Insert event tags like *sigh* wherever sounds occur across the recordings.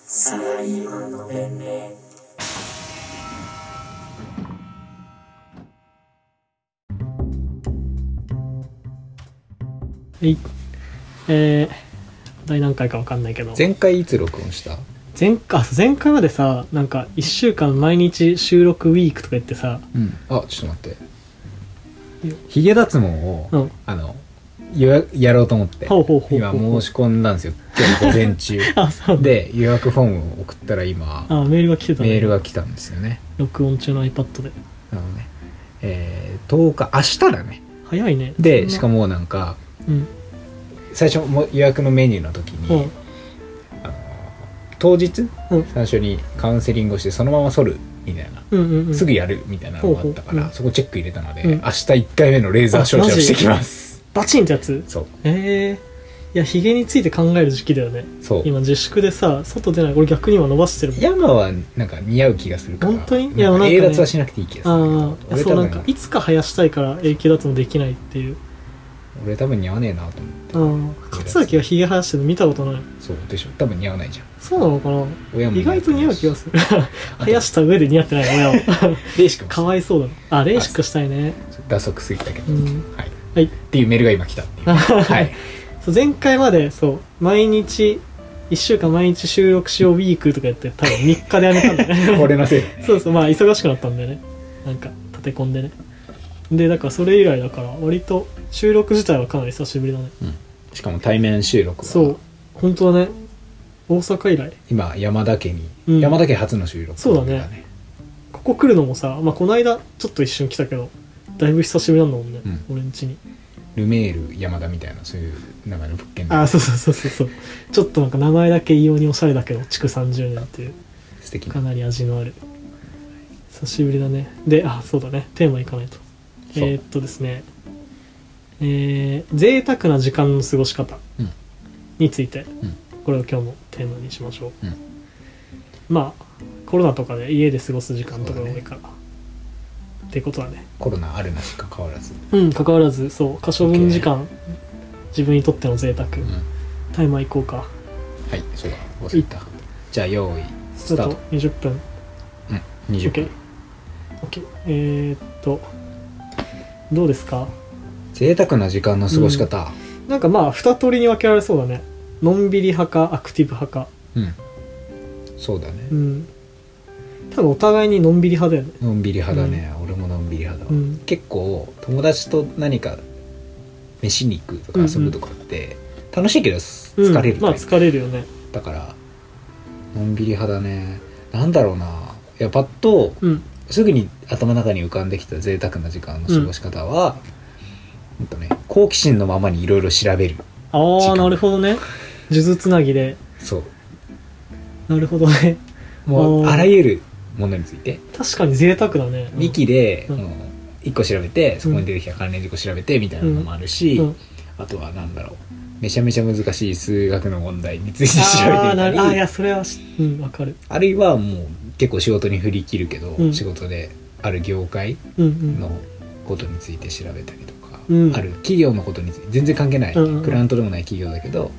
サラリーマンの弁明はい。えー、第何回かわかんないけど。前回いつ録音した前回、あそう前回までさ、なんか1週間毎日収録ウィークとか言ってさ、うんあちょっと待いっやてヒゲ脱毛を、うんあの予約やろうと思ってほうほうほうほう今申し込んだんですよ今日午前中 *laughs* あ、そうだ。で予約フォームを送ったら今あ、メールが来てたね。メールが来たんですよね録音中の iPad で。なのねえー、10日明日だね早いね。でしかも。もなんかうん。最初も予約のメニューの時うん。に、当日うん最初にカウンセリングをしてそのまま剃るみたいなうんうんうん。すぐやるみたいなのがあったかほうら、ほううんそこチェック入れたので、うん明日1回目のレーザー照射をしてきますバチンってやつそうええー。いや、ヒゲについて考える時期だよね。そう今自粛でさ、外出ない。俺逆に今伸ばしてるもん。山はなんか似合う気がするから本当にいいややなんかね英脱はしなくていい気がするああ、俺そ多うな分んか、いつか生やしたいから永久脱毛できないっていう。俺多分似合わねえなと思ってああ、勝崎がヒゲ生やしてるの見たことない。そうでしょ多分似合わないじゃんそうなのかな親も意外と似合う気がるす *laughs* る生やした上で似合ってない親はレーシックもかわいそうだなあレーシックしたいね打足すぎたけど、うんはい、はいっていうメールが今来たっていうはい *laughs* そう前回までそう毎日1週間毎日収録しようウィークとかやって多分3日でやめたんだよ *laughs* ね俺のせいそうそうまあ忙しくなったんだよねなんか立て込んでねでだからそれ以来だから割と収録自体はかなり久しぶりだねしかも対面収録はそう本当だね大阪以来今山田家に、うん山田家初の収録そうだねここ来るのもさ、まあ、この間ちょっと一瞬来たけどだいぶ久しぶりなんだもんね、うん俺ん家にルメール山田みたいなそういう名前の物件であそうそうそうそうそうちょっとなんか名前だけ異様におしゃれだけど築30年っていう素敵かななり味のある久しぶりだねであそうだねテーマいかないとそうえーっとですねえー、贅沢な時間の過ごし方うんについて、んこれを今日のテーマにしましょう、うんまあコロナとかで家で過ごす時間とかが多いから、ってことだねコロナあるなしか変わらず、うん関わらずそう可処分時間自分にとっての贅沢、うん、タイマー行こうかはいそうだ忘れたじゃあ用意ちょスっターとト、 20分うん、20 OK 分 OK えー、っとどうですか贅沢な時間の過ごし方なんかまあ二通りに分けられそうだねのんびり派かアクティブ派かうん、そうだねうん多分お互いにのんびり派だよねのんびり派だね、俺ものんびり派だわ、うん結構友達と何か飯に行くとか遊ぶとかって楽しいけど疲うんれる、まあ疲れるよねだからのんびり派だねなんだろうないやパッとうんすぐに頭の中に浮かんできた贅沢な時間の過ごし方は、ほんとね、好奇心のままにいろいろ調べる時ああ間なるほどね数珠つなぎでそうなるほどねもおうーあらゆるものについて確かに贅沢だねうんウィキで、うんもう1個調べてそこに出てきた関連事項調べてみたいなのもあるし、うんあとはなんだろうめちゃめちゃ難しい数学の問題について調べあてーなみるあたーいりやあそれはしうんわかるるいはもう結構仕事に振り切るけど、うん仕事である業界うんうんのことについて調べたりとか、うんある企業のことについて全然関係ない、うんうんクライアントでもない企業だけど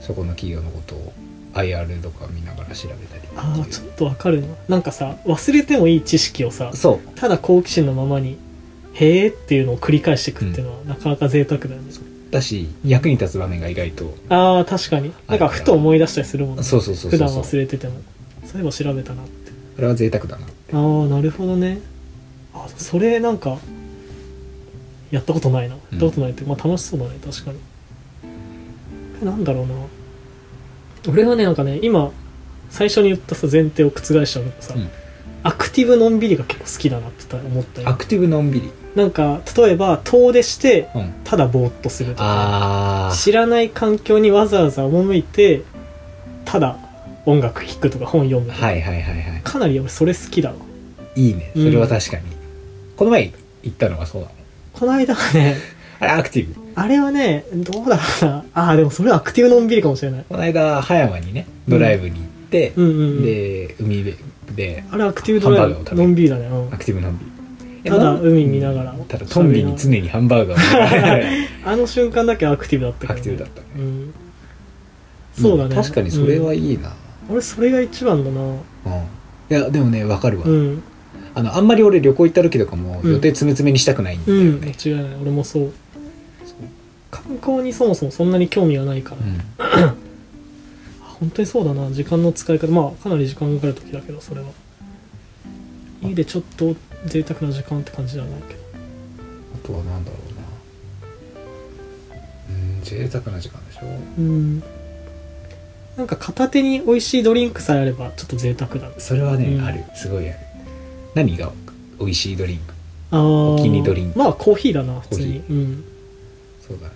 そこの企業のことを IR とか見ながら調べたりっていうああちょっとわかるななんかさ忘れてもいい知識をさそうただ好奇心のままに「へえ」っていうのを繰り返していくっていうのはなかなか贅沢だよね、だし役に立つ場面が意外とああ確かになんかふと思い出したりするもんねそうそうそうそ普う段そう忘れててもそういえば調べたなってこれは贅沢だなってああなるほどねあそれなんかやったことないなやうんったことないって、まあ楽しそうだね確かにえなんだろうな俺はねなんかね今最初に言ったさ前提を覆しちゃうのがさ、うんアクティブのんびりが結構好きだなって思ったアよクティブのんびり、なんか例えば遠出してうん、ただぼーっとするとかあー知らない環境にわざわざ赴いてただ音楽聴くとか本読むとか、はいはいはいはかなり俺それ好きだわいいいねうそんれは確かに、この前行ったのがそうだもんこの間はねあれアクティブあれはねどうだろうなああでもそれはアクティブのんびりかもしれないこの間葉山にねドライブに行って、うんうんうんで海辺であれアクティブドライハンバーガーブを食べるのんびりだね、うんアクティブのんびりえただなん海見ながらただトンビに常にハンバーガーを食べながら *laughs* あの瞬間だけアクティブだったけど、アクティブだったねうん、そうだねん確かにそれはいい、いな、う俺それが一番だなうん、いやでもねわかるわ、うんあのあんまり俺旅行行った時とかもうん予定詰め詰めにしたくないんだうよんね、間違いない俺もそう観光にそもそもそんなに興味がないから、うん本当にそうだな時間の使い方まあかなり時間がかかる時だけどそれは家でちょっと贅沢な時間って感じじゃないけどあとはなんだろうなうん贅沢な時間でしょうんなんか片手に美味しいドリンクさえあればちょっと贅沢だねそれはね、うんあるすごいある何が美味しいドリンクあおお気に入りドリンクまあコーヒーだな普通にコうんそうだね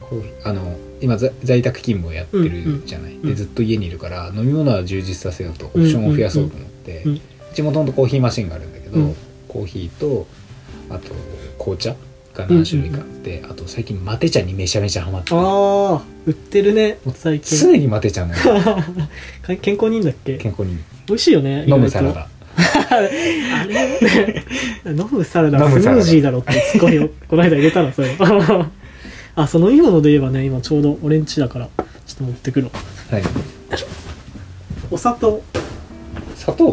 コーヒーあの今在在宅勤務をやってるじゃない、んうでんずっと家にいるから飲み物は充実させようとオプションを増やそうと思っうて、んうんうんうちもともとコーヒーマシンがあるんだけど、うんコーヒーとあと紅茶が何種類かあって、あと最近マテ茶にめちゃめちゃハマってるああ売ってるね最近常にマテ茶 *laughs* のか健康にいいんだっけ健康に美味しいよね飲む意サ外とラダあれ飲むサラダ飲むスサムーラダジーだろってツッコ *laughs* ミをこの間入れたらそれ *laughs* あその飲み物で言えばね今ちょうど俺んちだからちょっと持ってくるわはいお砂糖、砂糖、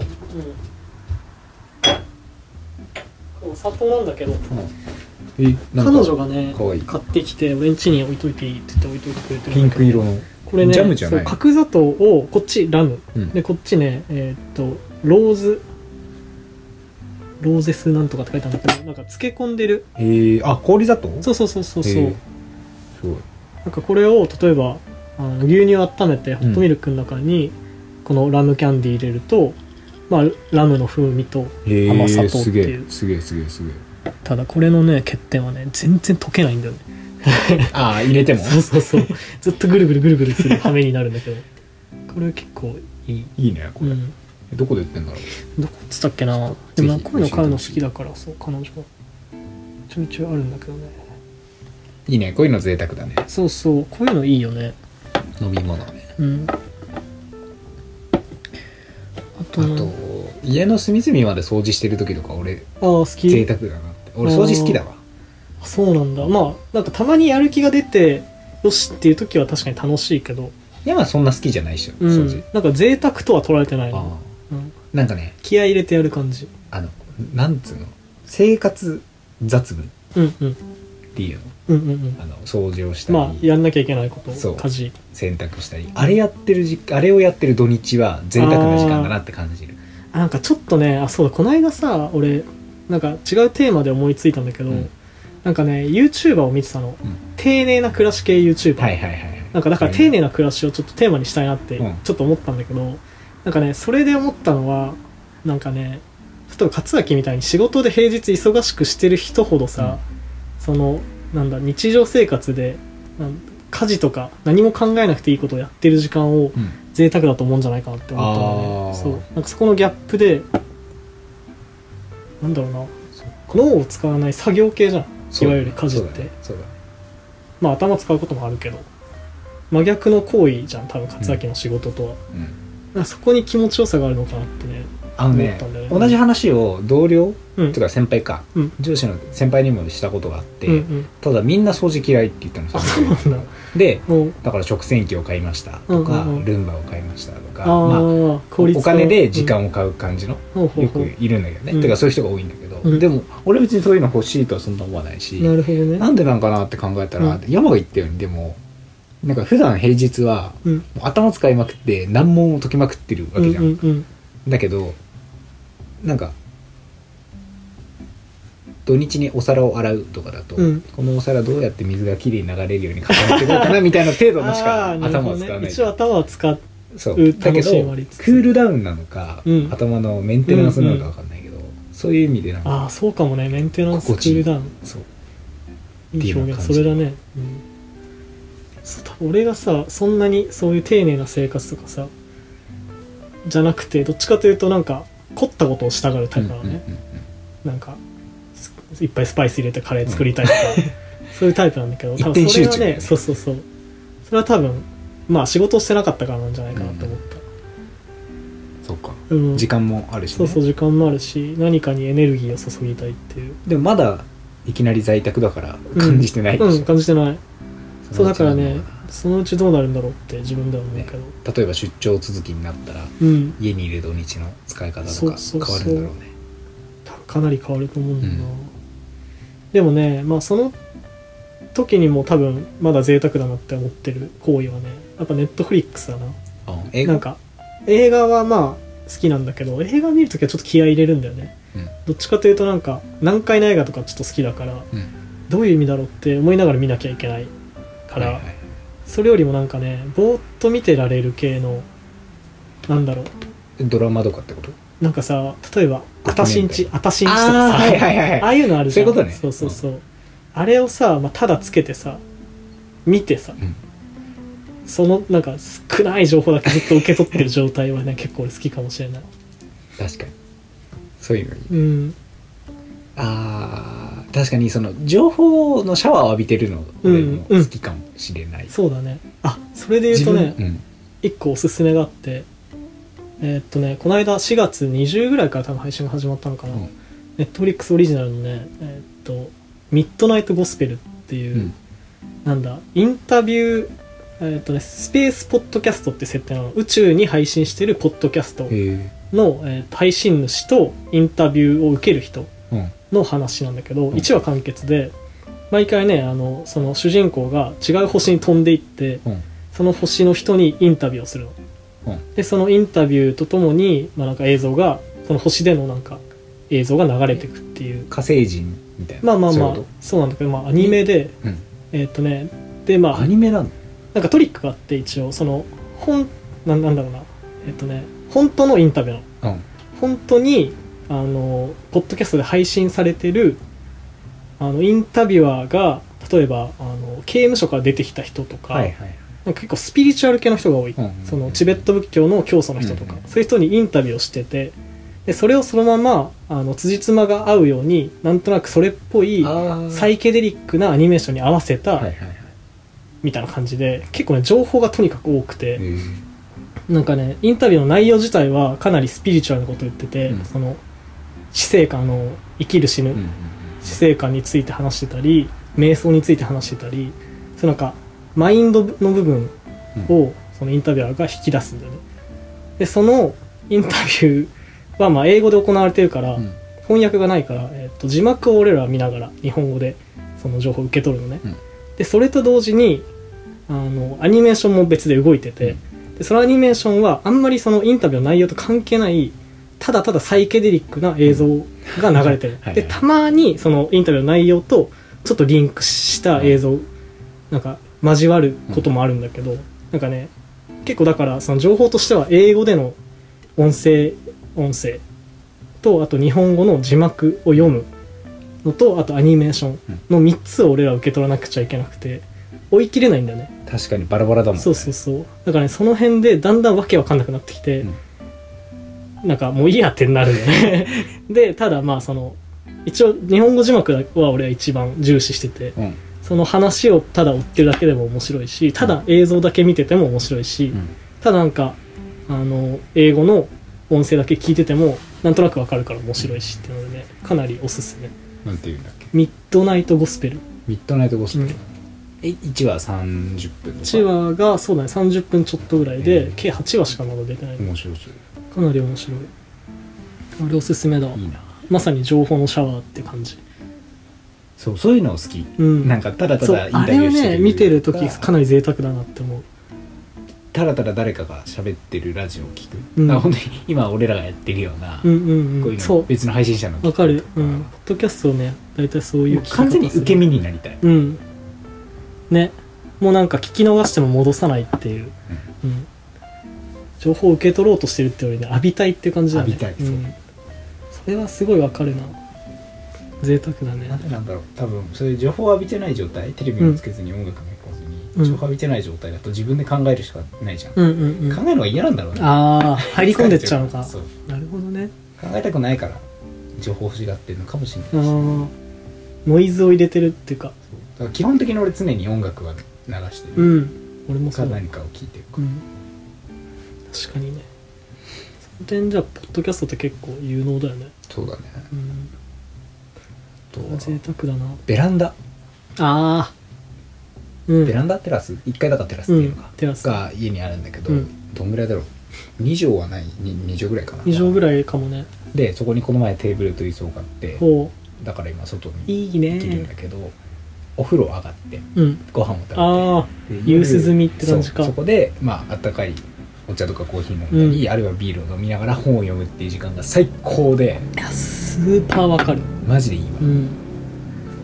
お砂糖なんだけどえな彼んか女がねかわいい買ってきて俺んちに置いといていいって言って置いといてくれてるピんンだけどク色のこれねジャムじゃなそいう角砂糖をこっちラム、うんでこっちねえーっとローズローゼスなんとかって書いてあるんだけどなんか漬け込んでるえー、あ氷砂糖そうそうそうそうそう、へーすごいなんかこれを例えばあの牛乳を温めてホットミルクの中にこのラムキャンディー入れると、まあ、ラムの風味とへえ甘砂糖ってすげいえうすげえすげえすげえただこれのね欠点はね全然溶けないんだよねああ入れてもそうそう *laughs* そうずっとぐるぐるぐるぐるする羽目になるんだけど *laughs* これ結構いい、いいねこうれ、ん、どこで売ってんだろうどこっつったっけなでもぜひこういうの買うの好きだからそう彼女がちょいちょいあるんだけどねいいねこういうの贅沢だねそうそうこういうのいいよね飲み物ねうんああととね家の隅々まで掃除してる時とか俺あー好き贅沢だなって俺掃除好きだわそうなんだまあなんかたまにやる気が出てよしっていう時は確かに楽しいけど、山そんな好きじゃないっしょ、うん掃除なんか贅沢とは取られてないなあうんあなんかね気合い入れてやる感じあのなんつうの生活雑務っうんうんていうのうんうんうんあの掃除をしたり、まあやんなきゃいけないことそう家事洗濯したりあれやってる時あれをやってる土日は贅沢な時間だなって感じるあなんかちょっとねあそうだこの間さ俺なんか違うテーマで思いついたんだけど、うんなんかね YouTuber を見てたの、うん丁寧な暮らし系 YouTuber、はいはいはいはいなんかだから丁寧な暮らしをちょっとテーマにしたいなってうんちょっと思ったんだけど、なんかねそれで思ったのはなんかね例えば勝崎みたいに仕事で平日忙しくしてる人ほどさ、そのなんだ日常生活でなん家事とか何も考えなくていいことをやってる時間をうん贅沢だと思うんじゃないかなって思ったので、あーね、そうなんかそこのギャップでなんだろうな脳を使わない作業系じゃんいわゆる家事ってそうだねまあ頭使うこともあるけど真逆の行為じゃん多分勝崎の仕事とは、そうだねうんなんかそこに気持ちよさがあるのかなってねあの思っねたんだよね同じ話を同僚うんとか先輩か、うん上司の先輩にもしたことがあって、うんうんただみんな掃除嫌いって言ったのあそうなんだでもうだから食洗機を買いましたとか、うんうんうんルンバを買いましたとあかあ、まあ、ー、効率お金で時間を買う感じの、を、うんほうよほうほうくいるんだけどね、うんてかそういう人が多いんだけど、うんでも俺別にそういうの欲しいとはそんな思わないし、なるほどねなんでなんかなって考えたら、うん山が言ったようにでもなんか普段平日はうんもう頭使いまくって難問を解きまくってるうわんけうじゃん、んうんだけどなんか土日にお皿を洗うとかだと、うんこのお皿どうやって水がきれいに流れるように固まっていこうかなみたいな程度のしかあーなる頭ほをど使わねない一応頭は使ってそうだけ楽どしクいもありつつールダウンなのか、うん頭のメンテナンスなのかわかんないけど、そういう意味でなんかああそうかもねメンテナンスクールダウンそういい表現ってそいうれよだうね、うん、そう多分俺がさそんなにそういう丁寧な生活とかさじゃなくてどっちかというとなんか凝ったことをしたがるタイプなのね、うんうんなんかすいっぱいスパイス入れてカレー作りたいとか、 *laughs* そういうタイプなんだけど多一分点そ集れ中はだよねねそうそうそうそれは多分まあ仕事をしてなかったからなんじゃないかなと思った、うんそうかうん時間もあるし、ね、そうそう時間もあるし何かにエネルギーを注ぎたいっていう、でもまだいきなり在宅だからうん感じてないでしょ、うん、感じてないそうだからねそのうちどうなるんだろうって自分では思うけど、ね例えば出張続きになったらうん家にいる土日の使い方とそうかそ変うそうわるんだろうねかなり変わると思うんだよな、うんでもねまあその時にも多分まだ贅沢だなって思ってる行為はねやっぱネットフリックスだなあ映な画んか映画はまあ好きなんだけど映画見るときはちょっと気合い入れるんだよねうんどっちかというとなんか難解な映画とかちょっと好きだからうんどういう意味だろうって思いながら見なきゃいけないから、はいはいそれよりもなんかねぼーっと見てられる系のなんだろうドラマとかってことなんかさ例えば「あたしんち」「あたしんち」とかさああはいはいはいあはいあいうのあるじゃんそういうことねそうそうそうあれをさ、まあ、ただつけてさ見てさ、んそのなんか少ない情報だけずっと受け取ってる状態はね *laughs* 結構俺好きかもしれない確かにそういうのいいうんあー確かにその情報のシャワーを浴びてるの俺も好きかもしれない、そうだねあそれで言う自と分ねうん一個おすすめがあってえーっとねこの間4月20ぐらいから多分配信が始まったのかな、うんネットフリックスオリジナルのねえーっと「ミッドナイト・ゴスペル」っていう、うんなんだインタビューえーっとねスペースポッドキャストって設定なの宇宙に配信してるポッドキャストへの、えーっと配信主とインタビューを受ける人えうんの話なんだけど、うん1話完結で毎回ねあのその主人公が違う星に飛んでいって、うんその星の人にインタビューをするの、うんでそのインタビューとともに、まあ、なんか映像がその星でのなんか映像が流れてくっていう火星人みたいなまあまあそういまあうそこうなんだけど、まあ、アニメで、とうんえーっとねでまあアニメなのなんかトリックがあって一応その本なんなんだろうなえーっとね本当のインタビューなのうん本当にあのポッドキャストで配信されてるあのインタビュアーが例えばあの刑務所から出てきた人とか、はいはいなんか結構スピリチュアル系の人が多い、うんうんそのチベット仏教の教祖の人とか、うんうんそういう人にインタビューをしててでそれをそのままあの辻褄が合うようになんとなくそれっぽいあサ最イケデリックなアニメーションに合わせはいはたいはいみたいな感じで結構ね情報がとにかく多くて、へえなんかねインタビューの内容自体はかなりスピリチュアルなこと言ってて、うんその死生観の生きる死ぬ、うんうんうん死生観について話してたり瞑想について話してたりそのなんかマインドの部分をそのインタビュアーが引き出すんだよねでそのインタビューはまあ英語で行われてるから、うん翻訳がないから、えっと字幕を俺らは見ながら日本語でその情報を受け取るのね、うんでそれと同時にあのアニメーションも別で動いてて、でそのアニメーションはあんまりそのインタビューの内容と関係ないただただサイケデリックな映像が流れてる、はいはいでたまにそのインタビューの内容とちょっとリンクした映像、なんか交わることもあるんだけど、なんかね結構だからその情報としては英語での音声音声とあと日本語の字幕を読むのとあとアニメーションの3つを俺ら受け取らなくちゃいけなくて追い切れないんだよね確かにバラバラだもんねそうそうそうだからねその辺でだんだんわけわかんなくなってきて、うんなんかもういいやってなるんだよね *laughs* でただまあその一応日本語字幕は俺は一番重視しててうんその話をただ追ってるだけでも面白いしただ映像だけ見てても面白いし、うんただなんかあの英語の音声だけ聞いててもなんとなくわかるから面白いしっていうのでねかなりおすすめなんていうんだっけミッドナイトゴスペルミッドナイトゴスペルうんえ1話30分とか1話がそうだね30分ちょっとぐらいで、うん計8話しかまだ出てない面白そうかなり面白いあれおすすめだいいなまさに情報のシャワーって感じそうそういうの好きうんなんかただたそうだインあタビれュをーしてね見てると時かなり贅沢だなって思うただただ誰かが喋ってるラジオを聞く、うんだから本当に今俺らがやってるような、うんうんこうういんうそのう別の配信者のわかるうもんポッドキャストをね大体そういうう聞き方完全に受け身になりたい、うんねもうなんか聞き逃しても戻さないっていう、うん、情報を受け取ろうとしてるってよりね浴びたいっていう感じだね、浴びたいそうんそれはすごいわかるな贅沢だねなんでなんだろう多分そういう情報を浴びてない状態テレビもつけずに音楽も聞かずに、うん情報を浴びてない状態だと自分で考えるしかないじゃん、うんうんうん考えるのが嫌なんだろうねああ入り込んでっちゃうのかそうなるほどね考えたくないから情報欲しがってるのかもしれないしあーノイズを入れてるっていうかそうだから基本的に俺常に音楽は流してうるん俺もそかうだ何かを聞いてるかうん、確かにねその点じゃあポッドキャストって結構有能だよねそうだねうんあとは贅沢だなベランダああうんベランダテラス1階だからテラスっていうのかうん、テラスが家にあるんだけど、うんどんぐらいだろう2畳はない 2, 畳ぐらいかな以上ぐいらいかもねでそこにこの前テーブルと椅子を買ってほだから今外うにいい行けるんねだけど、お風呂上がってうんご飯も食べてああで夕涼みって感じかそうそこでまああったかいお茶とかコーヒー飲んだり、あるいはビールを飲みながら本を読むっていう時間が最高でいやスーパーわかるマジでいいわ、うん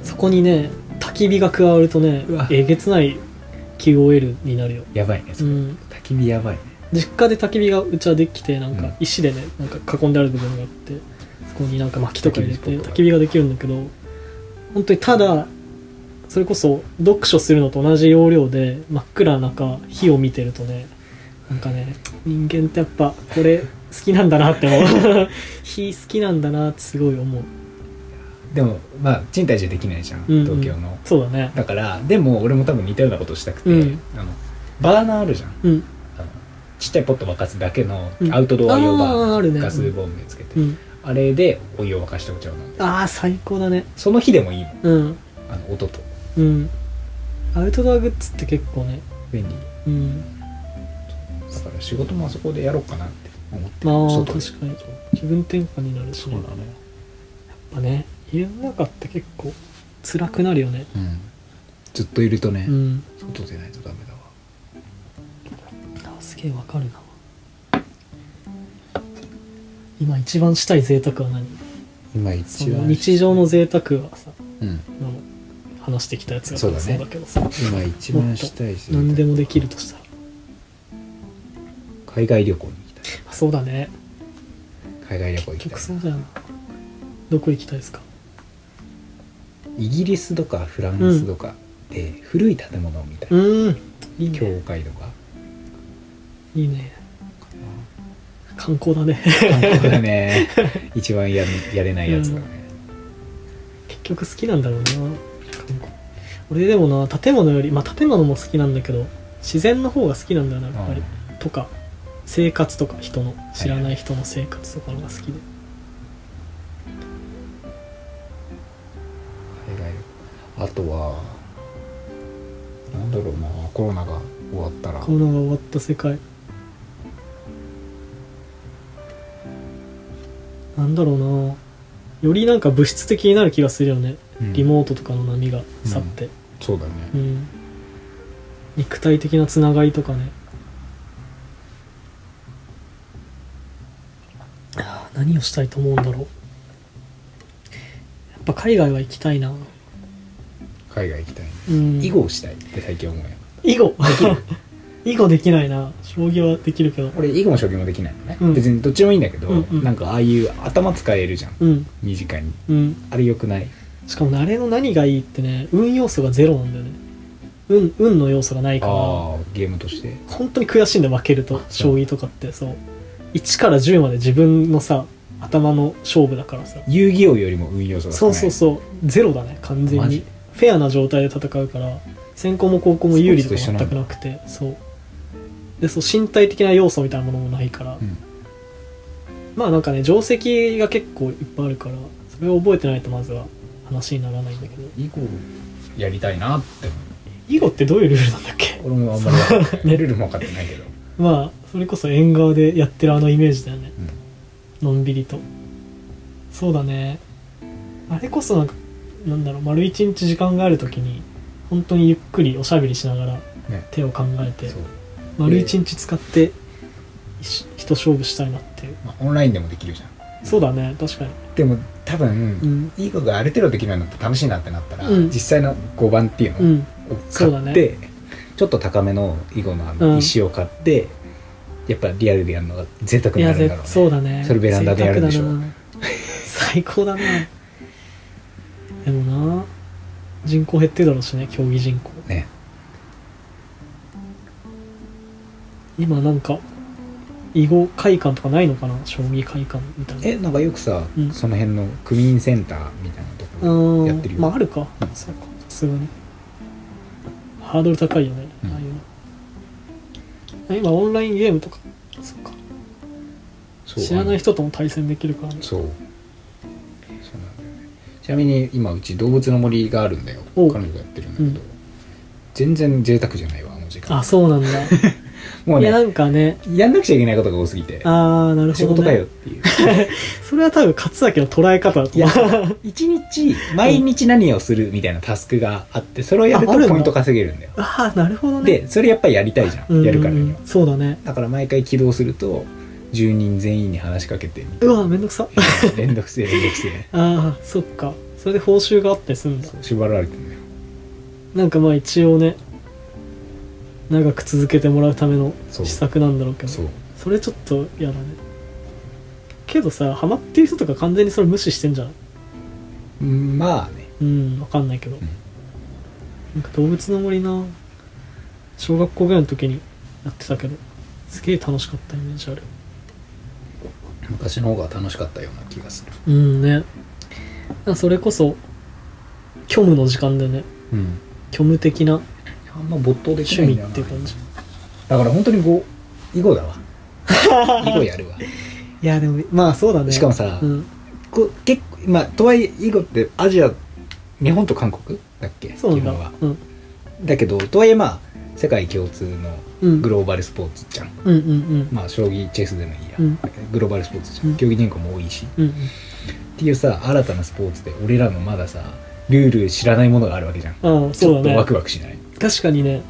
そこにね焚き火が加わるとねうわえげつない QOL になるよ、やばいねそうれ、ん、焚き火やばいね実家で焚き火がうちはできてなんうんか石でねなんか囲んである部分があってそこになんか薪とか入れて焚き火スポット焚き火ができるんだけど本当にただそれこそ読書するのと同じ要領で真っ暗な中火を見てるとねなんかね人間ってやっぱこれ好きなんだなって思 *laughs* う火好きなんだなってすごい思うでもまあ賃貸じゃできないじゃん、うんうん東京のそうだねだからでも俺も多分似たようなことしたくて、うんあのバーナーあるじゃんうんあのちっちゃいポット沸かすだけのうんアウトドア用バーナーあーあるねガスボンベつけて、うんあれでお湯を沸かしてお茶を飲んでああ最高だねその日でもいいのうんあの音とうんアウトドアグッズって結構ね便利うんだから仕事もあそこでやろうかなって思ってるまあ外で確かにそ気分転換になるしねうそやうっぱだねね家の中って結構辛くなるよねうんずっといるとね、うん外出ないとダメだあわすげえわかるな今一番したい贅沢は何今そ一の番日常の贅沢はさうんの話してきたやつがそうだねけどさ今一番したいし何でもできるとしたら海外旅行に行きたいあそうだね海外旅行行結きた局いそうだよなどこ行きたいですかイギリスとかフランスとかで古い建物を見たい、うんいいね教会とかいいね観光だね *laughs* 観光だね一番ややれないやつだね、結局好きなんだろうな俺でもな建物よりまあ建物も好きなんだけど自然の方が好きなんだよなやっぱり、とか生活とか人の知らない人の生活とかのが好きで、海外旅行あとはなんだろうなコロナが終わったらコロナが終わった世界なんだろうなよりなんか物質的になる気がするよね、うんリモートとかの波が去って、そうだね、うん、肉体的なつながりとかねあー何をしたいと思うんだろうやっぱ海外は行きたいな海外行きたいねうん囲碁をしたいって最近思うよ囲碁 *laughs* 囲碁できないな将棋はできるけど俺囲碁も将棋もできないのね、うん別にどっちでもいいんだけど、うんうんなんかああいう頭使えるじゃんうん身近にうんあれよくないしかもねあれの何がいいってね運要素がゼロなんだよね運運の要素がないからああゲームとして本当に悔しいんだよ負けるとあそ将う棋とかってそう1から10まで自分のさ頭の勝負だからさ遊戯王よりも運用素が少そなういそうそうゼロだね完全マにジフェアな状態で戦うから先攻も後攻も有利とかスポーツと一緒全なんだくなくてそうでそう身体的な要素みたいなものもないから、うんまあなんかね定石が結構いっぱいあるからそれを覚えてないとまずは話にならないんだけど囲碁やりたいなって思囲碁ってどういうルールなんだっけう俺もあんまり分かってないルールも分かってないけど、 *laughs* まあそれこそ縁側でやってるあのイメージだよねうんのんびりとそうだねあれこそなんかなんだろう丸一日時間がある時に本当にゆっくりおしゃべりしながらね手を考えて、そう、丸一日使って一一勝負したいなっていうまあ、オンラインでもできるじゃんそうだね確かにでも多分、うん囲碁がある程度できるようになって楽しいなってなったら、うん実際の碁盤っていうの、うんそ買うだって、ねちょっと高めの囲碁のあうのん石を買って、やっぱリアルでやるのが贅沢いになやるぜんだろうねそうだねそれベランダでやるんでしょ贅沢だな最高だなでもな人口減ってるだろうしね競技人口ね今なんか囲碁会館とかないのかな将棋会館みたいなえなんかよくさ、うんその辺の区民センターみたいなとこうろんやってるよ、まああるか、うんそうかさすがにハードル高いよね、うんああいうのえ今オンラインゲームとかそうかそう知らないあ人とも対戦できるからねのそうそうなんだよねちなみに今うち動物の森があるんだよおう彼女がやってるんだけど、全然贅沢じゃないわあの時間あそうなんだ *laughs* もういやなねんかねやんなくちゃいけないことが多すぎてああなる仕ほど、事かよねっ、ていうそれは多分勝明の捉え方だとい思やう一日毎日何をするみたいなタスクがあってそれをやるああとるんだポイント稼げるんだよ *laughs* ああなるほどねでそれやっぱりやりたいじゃうんうんうんんやるからにはそうだねだから毎回起動すると住人全員に話しかけてみたいうな *laughs* わめんどくさめんどくせえめんどくせえああそっかそれで報酬があって済んだそう縛られてんのよなんかまあ一応ね長く続けてもらうためのそう施策なんだろうけどそうそれちょっと嫌だねけどさハマってる人とか完全にそれ無視してんじゃないうんまあねうんわかんないけど、なんか動物の森な小学校ぐらいの時にやってたけどすげえ楽しかったイメージある昔の方が楽しかったような気がするうんねなんかそれこそ虚無の時間でねうん虚無的なあんま没頭でき趣な味いんだよっなていう感じだから本当にこう囲碁 *laughs* だわ囲碁やるわいやでもまあそうだねしかもさ、うんこう結構まあとはいえ囲碁ってアジア日本と韓国だっけそう基なん本だはうんだけどとはいえまあ世界共通のうんグローバルスポーツじゃん、うんうんまあ将棋チェスでもいいや、うんグローバルスポーツじゃん、うん競技人口も多いしっうんうんていうさ新たなスポーツで俺らのまださルール知らないものがあるわけじゃんうんああちそょうっとだねワクワクしない確かにね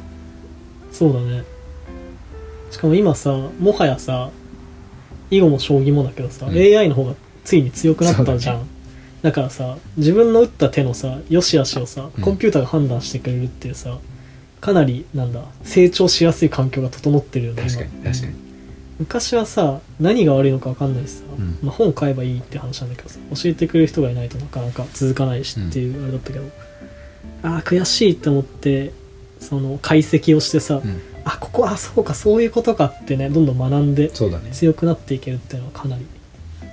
そうだねしかも今さもはやさ囲碁も将棋もだけどさ、うん AI の方がついに強くなったじゃんそだ,、からさ自分の打った手のさ良し悪しをさうんコンピューターが判断してくれるっていうさ、かなりなんだ成長しやすい環境が整ってるよね今確かに確かに昔はさ何が悪いのか分かんないしさ、うんまあ、本買えばいいって話なんだけどさ教えてくれる人がいないとなかなか続かないしっていうあれだったけど、ああ悔しいって思ってその解析をしてさ、うんあここあそうかそういうことかってねどんどん学んでそうだね強くなっていけるっていうのはかなり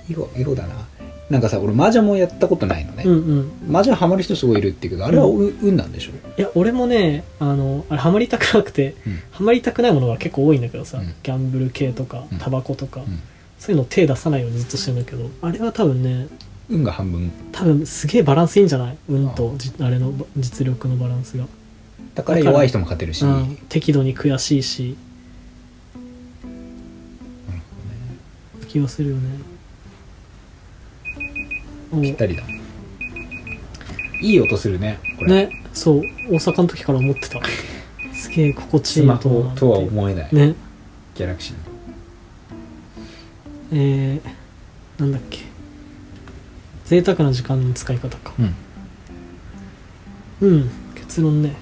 囲碁囲碁だななんかさ俺麻雀もやったことないのね、うんうん麻雀ハマる人すごいいるっていうけどあれはう運なんでしょいや俺もねあのあれハマりたくなくて、うんハマりたくないものが結構多いんだけどさ、うんギャンブル系とかうんタバコとか、んそういうの手出さないようにずっとしてるんだけどあれは多分ね運が半分多分すげえバランスいいんじゃない運とじあれのば実力のバランスが、だから弱い人も勝てるし、うん適度に悔しいし気がするよねおぴったりだいい音するねこれねそう大阪の時から思 *laughs* ってたすげえ心地スいいマ音ホだなってとは思えない、ねギャラクシーのえー、なんだっけ贅沢な時間の使い方かうんうん結論ね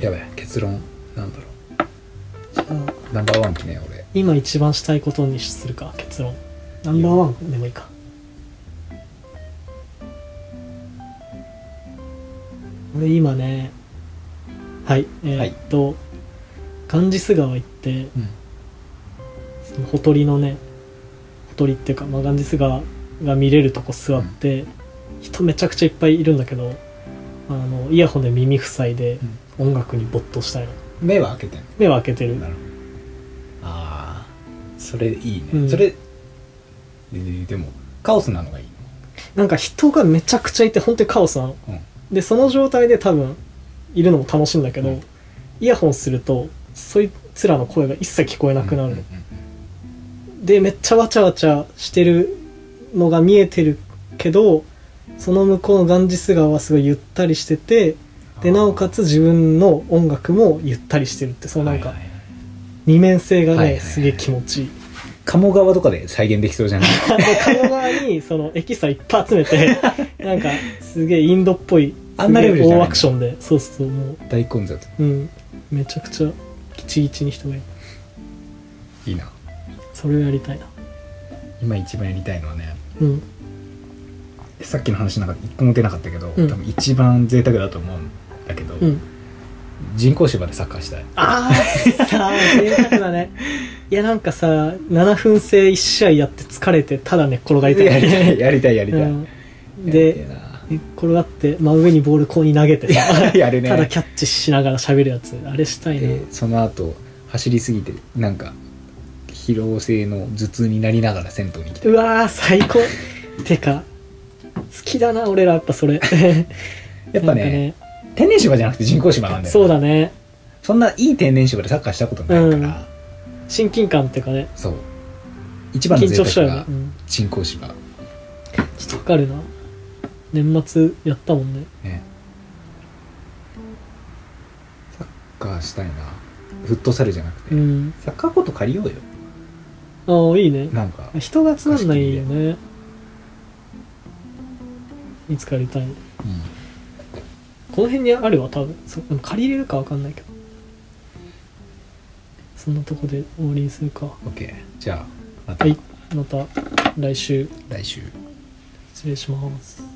やばい結論なんだろじゃあうナンバーワン決めよう俺今一番したいことにするか結論ナンバーワンでもいいか俺今ねはいえーっと、ガンジス川行ってそのほとりのねほとりっていうか、まあ、ガンジス川が見れるとこ座って、人めちゃくちゃいっぱいいるんだけどあのイヤホンで耳塞いで音楽に没頭したいの目は開けてん目は開けてるのなるほどああそれいいね、うんそれででもカオスなのがいいなんか人がめちゃくちゃいて本当にカオスなのの、うん、でその状態で多分いるのも楽しいんだけど、うんイヤホンするとそいつらの声が一切聞こえなくなる、うんうんでめっちゃわちゃわちゃしてるのが見えてるけどその向こうのガンジス川はすごいゆったりしててうんでなおかつ自分の音楽もゆったりしてるってそのなんはかいはいはい二面性がね、はいはいはいすげえ気持ちいい鴨川とかで再現できそうじゃないあと鴨川にそのエキストラいっぱい集め *laughs* てなんかすげえインドっぽいあんなレベすルじげゃえな大いアクションでそうそうもう大混雑うんめちゃくちゃギチギチに人がいるいいなそれをやりたいな今一番やりたいのはねうんさっきの話なんか一個も出なかったけど、うん多分一番贅沢だと思うんだけど、うん人工芝でサッカーしたいああさあ贅沢だ *laughs* ねいやなんかさ7分制1試合やって疲れてただ寝っ転がりたいやりたいやりたいやりたい、うんやりてえで寝っ転がって真上にボールこうに投げてさな *laughs* やるねただキャッチしながら喋るやつあれしたいな、でその後走りすぎてなんか疲労性の頭痛になりながら銭湯に来てうわー最高 *laughs* てか好きだな俺らやっぱそれやっぱなんかね天然芝じゃなくて人工芝なんだよ、ね、そうだねそんないい天然芝でサッカーしたことないから、うん親近感っていうかねそう一番の緊張贅しちゃう沢よねが、うん、人工芝、ちょっとわかるな年末やったもんねねサッカーしたいなフットサルじゃなくて、うんサッカーコート借りようよああいいねなんか人が集まんないよねいつかやりたいうんこの辺にあるわ多分そでも借りれるかわかんないけどそんなとこで終わりにするか OK じゃあまたはいまた来週来週失礼します